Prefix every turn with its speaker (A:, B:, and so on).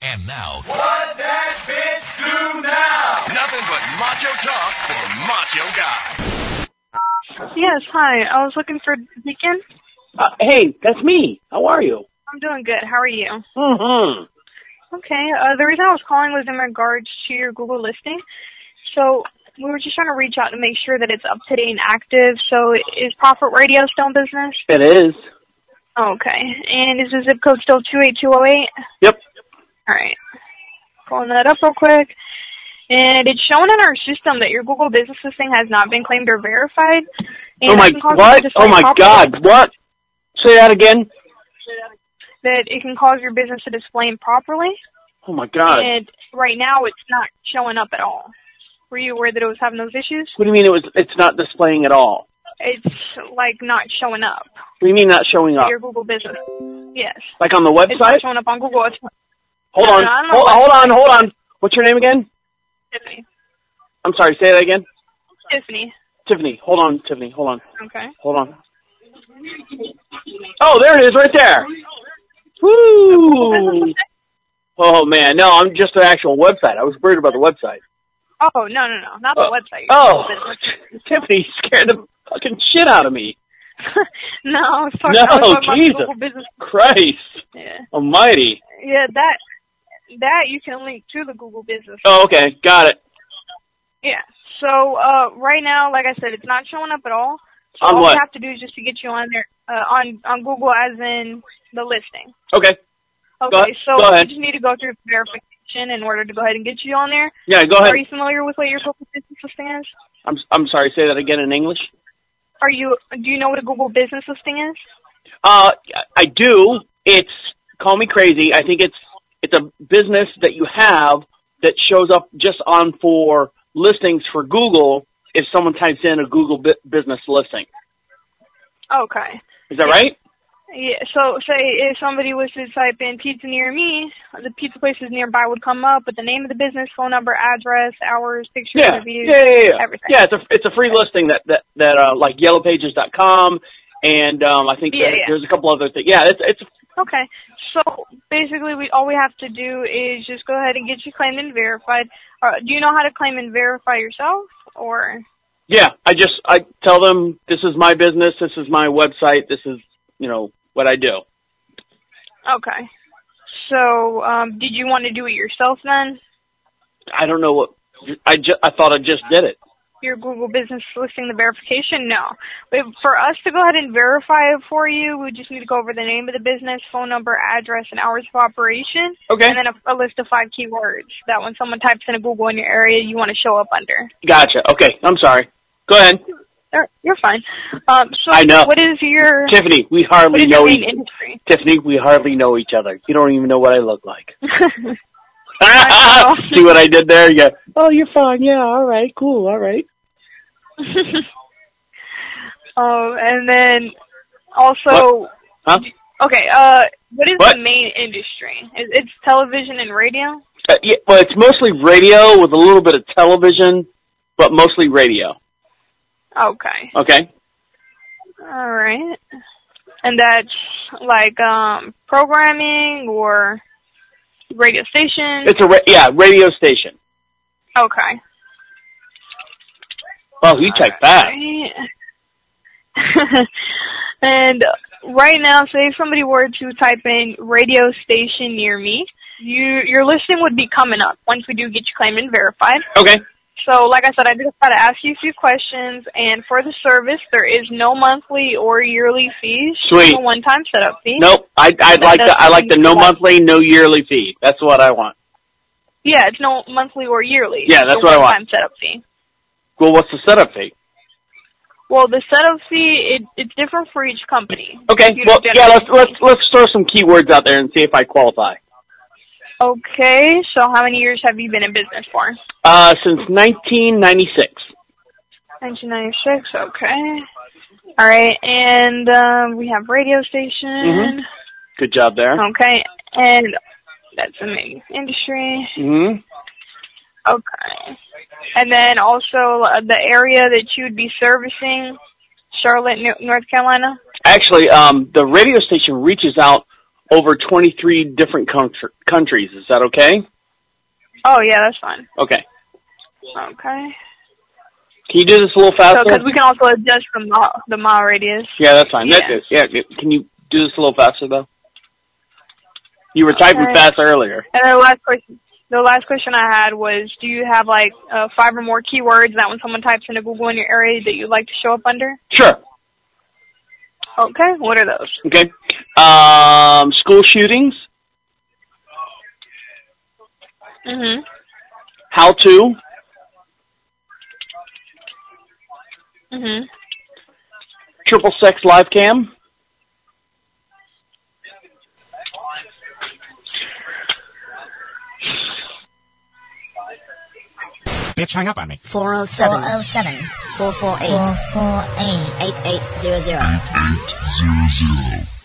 A: And now,
B: What that bitch do now?
C: Nothing but macho talk for macho guy.
D: Yes, hi. I was looking for Deacon.
E: Uh, hey, that's me. How are you?
D: I'm doing good. How are you?
E: hmm
D: Okay. Uh, the reason I was calling was in regards to your Google listing. So we were just trying to reach out to make sure that it's up to date and active. So is Profit Radio still in business? Oh,
E: It is.
D: Okay. And is the zip code still 28208?
E: Yep.
D: All right. Pulling that up real quick. And it's shown in our system that your Google Business listing has not been claimed or verified. And
E: oh my
D: it can cause you to
E: what?
D: display
E: Oh my
D: property-
E: God! What? Say that again.
D: That it can cause your business to display improperly.
E: Oh my God!
D: and right now it's not showing up at all. Were you aware that it was having those issues?
E: What do you mean it was? It's not displaying at all.
D: It's like not showing up.
E: What do you mean not showing up?
D: Your Google business. Yes.
E: Like on the
D: It's not
E: Ah. website?
D: showing up on Google. It's
E: Hold
D: No,
E: on.
D: no, I'm not
E: Hold,
D: on
E: hold on. Hold on. What's your name again?
D: Tiffany.
E: I'm sorry. Say that again.
D: Tiffany.
E: Tiffany. Hold on. Tiffany. Hold on.
D: Okay.
E: Hold on. Oh, there it is, right there. Woo!
D: Business-
E: Oh man, no, I'm just the actual website. I was worried about the website.
D: Oh no no no, not the
E: Oh.
D: website. Your
E: Oh,
D: Google business.
E: Tiffany scared the fucking shit out of me.
D: no, I was talking
E: No,
D: I was talking about
E: Jesus.
D: the Google business.
E: Christ
D: Yeah.
E: almighty.
D: yeah, that that you can link to the Google business.
E: Oh, okay. Got it.
D: Yeah. So uh, right now, like I said, it's not showing up at all. So
E: On
D: all
E: what?
D: we have to do is just to get you on there uh, on on Google, as in the listing.
E: Okay.
D: Okay.
E: Go-
D: so
E: go ahead.
D: we just need to go through verification in order to go ahead and get you on there.
E: Yeah, go ahead.
D: Are you familiar with what your Google Business listing is?
E: I'm I'm sorry. Say that again in English.
D: Are you? Do you know what a Google Business listing is?
E: Uh, I do. It's call me crazy. I think it's it's a business that you have that shows up just on for listings for Google if someone types in a Google bu- business listing.
D: Okay.
E: Is that right?
D: Yeah. So say if somebody was to type in pizza near me, the pizza places nearby would come up with the name of the business, phone number, address, hours, pictures,
E: Yeah. Yeah,
D: reviews,
E: yeah, yeah.
D: everything.
E: Yeah, it's a it's a free listing that that that uh, like yellowpages.com and um, I think
D: Yeah,
E: there-
D: yeah.
E: there's a couple other things. Yeah, it's it's
D: Okay. So basically, we all we have to do is just go ahead and get you claimed and verified. Uh, do you know how to claim and verify yourself, or
E: yeah. I just I tell them this is my business, this is my website, this is you know what I do.
D: okay? So um, did you want to do it yourself then?
E: I don't know what I just I thought I just did it.
D: Your Google business listing the verification? No. But for us to go ahead and verify it for you, we just need to go over the name of the business, phone number, address, and hours of operation,
E: Okay,
D: and then a, a list of five keywords that when someone types in a Google in your area, you want to show up under.
E: gotcha. Okay, I'm sorry. Go ahead,
D: Alright, You're fine. Um, so
E: I know.
D: what is your
E: Tiffany. We hardly
D: What is your
E: know
D: main
E: each
D: industry?
E: Tiffany. We hardly know each other. You don't even know what I look like.
D: I know.
E: See what I did there? Yeah. Oh, you're fine. Yeah. All right. Cool. All right.
D: um, and then also,
E: Huh?
D: okay, uh, what is
E: What?
D: the main industry? Is it's television and radio?
E: Uh, yeah, well, it's mostly radio with a little bit of television, but mostly radio.
D: Okay,
E: Okay.
D: all right, and that's like um programming or radio station.
E: It's a ra- yeah radio station.
D: okay,
E: Oh, you take that.
D: Right. and right now, say if somebody were to type in radio station near me, you your listing would be coming up once we do get you claimed and verified.
E: Okay.
D: So, like I said, I just got to ask you a few questions. And for the service, there is no monthly or yearly fees.
E: Sweet.
D: No one-time setup fee.
E: Nope. I I'd
D: That
E: like the I like the
D: doesn't
E: no
D: mean-
E: monthly, no yearly fee. That's what I want.
D: Yeah, it's no monthly or yearly.
E: Yeah, that's what I want.
D: One-time setup fee.
E: Well, what's the setup fee?
D: Well, the setup fee it, it's different for each company.
E: Okay.
D: You
E: Well,
D: don't
E: yeah. Let's
D: generally-
E: let's let's throw some keywords out there and see if I qualify.
D: Okay, so how many years have you been in business for?
E: Uh, since 1996.
D: 1996, okay. Alright, and um, we have radio station.
E: Good job there.
D: Okay, and that's the main industry.
E: hmm
D: Okay. And then also uh, the area that you would be servicing, Charlotte, N- North Carolina?
E: Actually, um, the radio station reaches out over 23 different country, countries. Is that okay?
D: Oh yeah, that's fine.
E: Okay.
D: Okay.
E: Can you do this a little
D: So
E: faster?
D: because we can also adjust the mile, the mile radius.
E: yeah, that's fine. That-
D: Yeah.
E: yeah. Can you do this a little faster though? You were typing
D: Okay.
E: fast earlier.
D: And the last question, the last question I had was, do you have like uh, five or more keywords that when someone types into Google in your area that you'd like to show up under?
E: Sure.
D: Okay, what are those?
E: Okay. Um, school shootings,
D: Mhm.
E: how to,
D: Mhm.
E: triple sex live cam.
A: Bitch, hang up on me.
F: 407 448
G: 448
F: 8800.
G: 8800.